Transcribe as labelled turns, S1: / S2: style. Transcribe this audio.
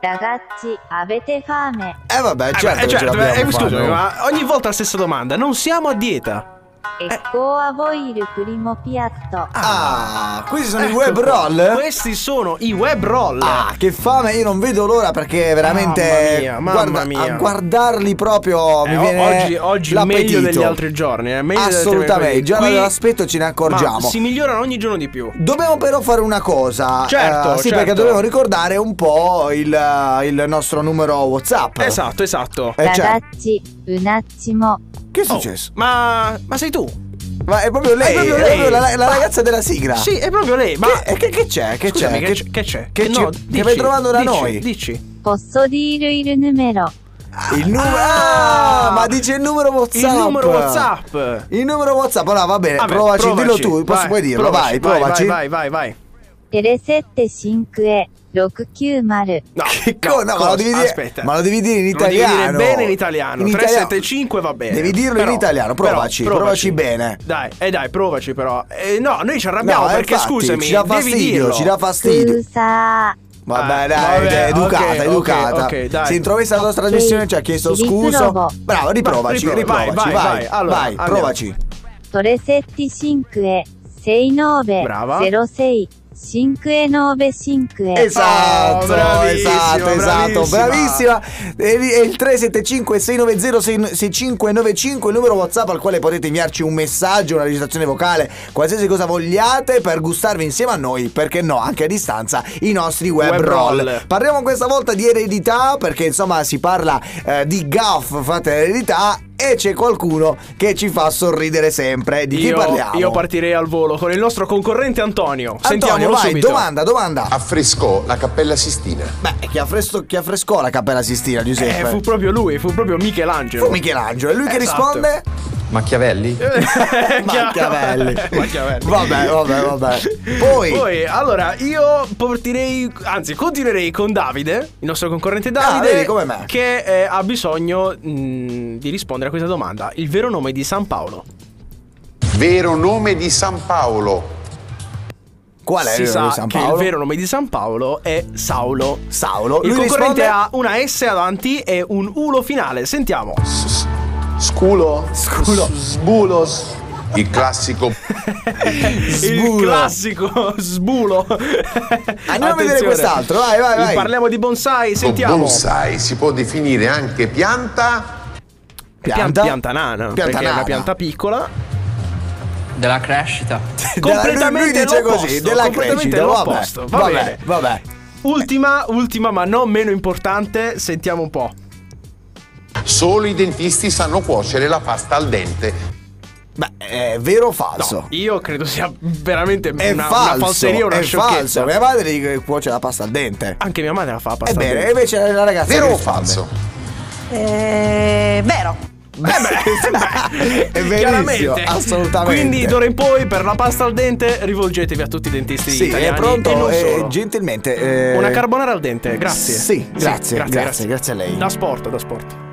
S1: Ragazzi, avete fame?
S2: Eh vabbè,
S3: Eh,
S2: certo
S3: beh,
S2: che
S3: cioè,
S2: ce l'abbiamo
S3: eh,
S2: fatta, oh.
S3: scusami,
S2: no?
S3: ma ogni volta la stessa domanda. Non siamo a dieta.
S1: Ecco a voi il primo piatto.
S2: Ah, questi sono i
S3: Ecco
S2: web
S3: qua.
S2: roll?
S3: Questi sono i web roll.
S2: Ah, che fame, io non vedo l'ora perché veramente
S3: Mamma mia, mamma
S2: guarda,
S3: mia.
S2: a guardarli proprio
S3: Eh,
S2: mi
S3: o-
S2: viene
S3: oggi oggi meglio
S2: l'appetito.
S3: degli altri giorni. eh, meglio degli altri
S2: Assolutamente,
S3: mercoledì.
S2: già
S3: Qui-
S2: dall'aspetto ce ne accorgiamo.
S3: Ma si migliorano ogni giorno di più.
S2: Dobbiamo però fare una cosa.
S3: Certo,
S2: eh, sì,
S3: certo.
S2: perché dobbiamo ricordare un po' il, eh, il nostro numero WhatsApp.
S3: Esatto, esatto.
S2: Eh, cioè,
S1: Ragazzi, un attimo.
S2: che è
S3: Oh,
S2: successo?
S3: ma, ma sei tu?
S2: Ma è proprio lei,
S3: Oh. È proprio
S2: è
S3: lei.
S2: proprio la, la
S3: Ma-
S2: ragazza della sigla.
S3: Sì, è proprio lei. Ma
S2: Che, che, che c'è? Che
S3: Scusami,
S2: c'è?
S3: che c'è? Che c'è?
S2: Che,
S3: no,
S2: ci- che
S3: dici,
S2: vai trovando da
S3: dici,
S2: noi?
S3: Dici.
S1: Posso dire il numero?
S2: Il numero.
S3: Ah!
S2: Ah, ma dice il numero WhatsApp.
S3: Il numero WhatsApp.
S2: Il numero WhatsApp, allora va bene,
S3: Vabbè,
S2: Eh, provaci, dillo
S3: provaci,
S2: tu, posso,
S3: vai,
S2: puoi dirlo, vai, provaci.
S3: Vai, vai, vai, vai.
S1: 375-690.
S3: No,
S2: Che co- Ecco, no, ma lo devi dire,
S3: aspetta.
S2: ma lo devi dire in
S3: Lo devi
S2: italiano.
S3: dire bene in italiano. 375 va bene.
S2: Devi dirlo
S3: Però-
S2: in italiano,
S3: però,
S2: provaci, provaci bene.
S3: Dai, eh dai, provaci però. Eh, no, noi ci arrabbiamo
S2: No, eh,
S3: perché
S2: infatti,
S3: scusami,
S2: ci dà
S3: devi
S2: fastidio,
S3: dirlo.
S2: ci dà fastidio.
S1: Scusa.
S2: Vabbè,
S3: Ah,
S2: dai,
S3: vabbè,
S2: è educata,
S3: ok, ok,
S2: educata.
S3: ok, dai.
S2: Si introvi la nostra
S1: Ok,
S2: trasmissione, ci ha chiesto
S1: riprovo.
S2: scusa. Bravo, riprovaci,
S3: Vai,
S2: riprovaci, vai,
S3: vai, vai. Allora,
S2: vai,
S3: andiamo.
S2: provaci.
S3: Brava.
S1: 375-6906-595.
S2: Esatto,
S3: Oh, bravissima,
S2: esatto, esatto, bravissima.
S3: bravissima.
S2: E lì è il 375 690 6595 il numero WhatsApp al quale potete inviarci un messaggio, una registrazione vocale, qualsiasi cosa vogliate per gustarvi insieme a noi, perché no, anche a distanza i nostri web,
S3: Web
S2: roll.
S3: roll.
S2: Parliamo questa volta di eredità perché insomma si parla eh, di gaff fatta eredità e c'è qualcuno che ci fa sorridere sempre. Di chi
S3: io,
S2: parliamo?
S3: io partirei al volo con il nostro concorrente Antonio. Sentiamolo
S2: Antonio, vai,
S3: subito.
S2: domanda, domanda.
S4: affrescò la Cappella Sistina.
S2: Beh, chi affresco- chi affrescò la Cappella Sistina, Giuseppe?
S3: Eh, fu proprio lui, fu proprio Michelangelo.
S2: Fu Michelangelo, è lui che
S3: Esatto.
S2: risponde?
S4: Machiavelli?
S2: Machiavelli.
S3: Machiavelli.
S2: Vabbè, vabbè, vabbè. Poi,
S3: Poi, allora, io partirei, anzi, continuerei con Davide, il nostro concorrente Davide,
S2: Ah, vedi, come me.
S3: che eh, ha bisogno mh, di rispondere a questa domanda. Il vero nome di San Paolo?
S4: Vero nome di San Paolo.
S2: qual è
S3: si
S2: il
S3: sa
S2: San
S3: che
S2: Paolo?
S3: il vero nome di San Paolo è Saulo.
S2: Saulo.
S3: il
S2: lui
S3: concorrente
S2: risponde
S3: ha una S avanti e un ulo finale. Sentiamo.
S4: Sculo?
S2: Sculo.
S4: Sbulos. Il classico.
S3: Il
S2: Sbulo.
S3: classico sbulo.
S2: Andiamo a vedere
S3: Attenzione.
S2: quest'altro, vai, vai, vai.
S3: Parliamo di bonsai, sentiamo.
S4: Bonsai si può definire anche pianta.
S2: Pianta?
S3: Pianta, pianta nana,
S2: Pianta
S3: perché è
S2: nana.
S3: una pianta piccola.
S5: della crescita.
S2: Della- lui-
S3: completamente
S2: lui dice
S3: l'opposto,
S2: così, della
S3: completamente
S2: crescita, vabbè,
S3: l'opposto, va
S2: vabbè,
S3: bene.
S2: vabbè.
S3: Ultima, ultima ma non meno importante, sentiamo un po'.
S4: Solo i dentisti sanno cuocere la pasta al dente.
S2: Beh, è vero o falso?
S3: Io credo sia veramente
S2: È
S3: una,
S2: falso,
S3: una falseria, una
S2: è
S3: sciocchezza.
S2: falso. Mia madre gli cuoce la pasta al dente.
S3: Anche mia madre la fa abbastanza
S2: Ebbene,
S3: bene.
S2: invece la ragazza
S4: Vero
S2: che
S4: o
S2: risponde.
S4: falso?
S6: Eh, vero.
S2: Beh, è verissimo,
S3: Chiaramente.
S2: assolutamente.
S3: Quindi d'ora in poi per la pasta al dente rivolgetevi a tutti i dentisti
S2: Sì, è
S3: italiani
S2: pronto
S3: e non
S2: eh,
S3: solo.
S2: gentilmente. eh,
S3: Una carbonara al dente, grazie.
S2: Sì,
S3: Sì,
S2: grazie, grazie, grazie a lei.
S3: Da sport, da sport.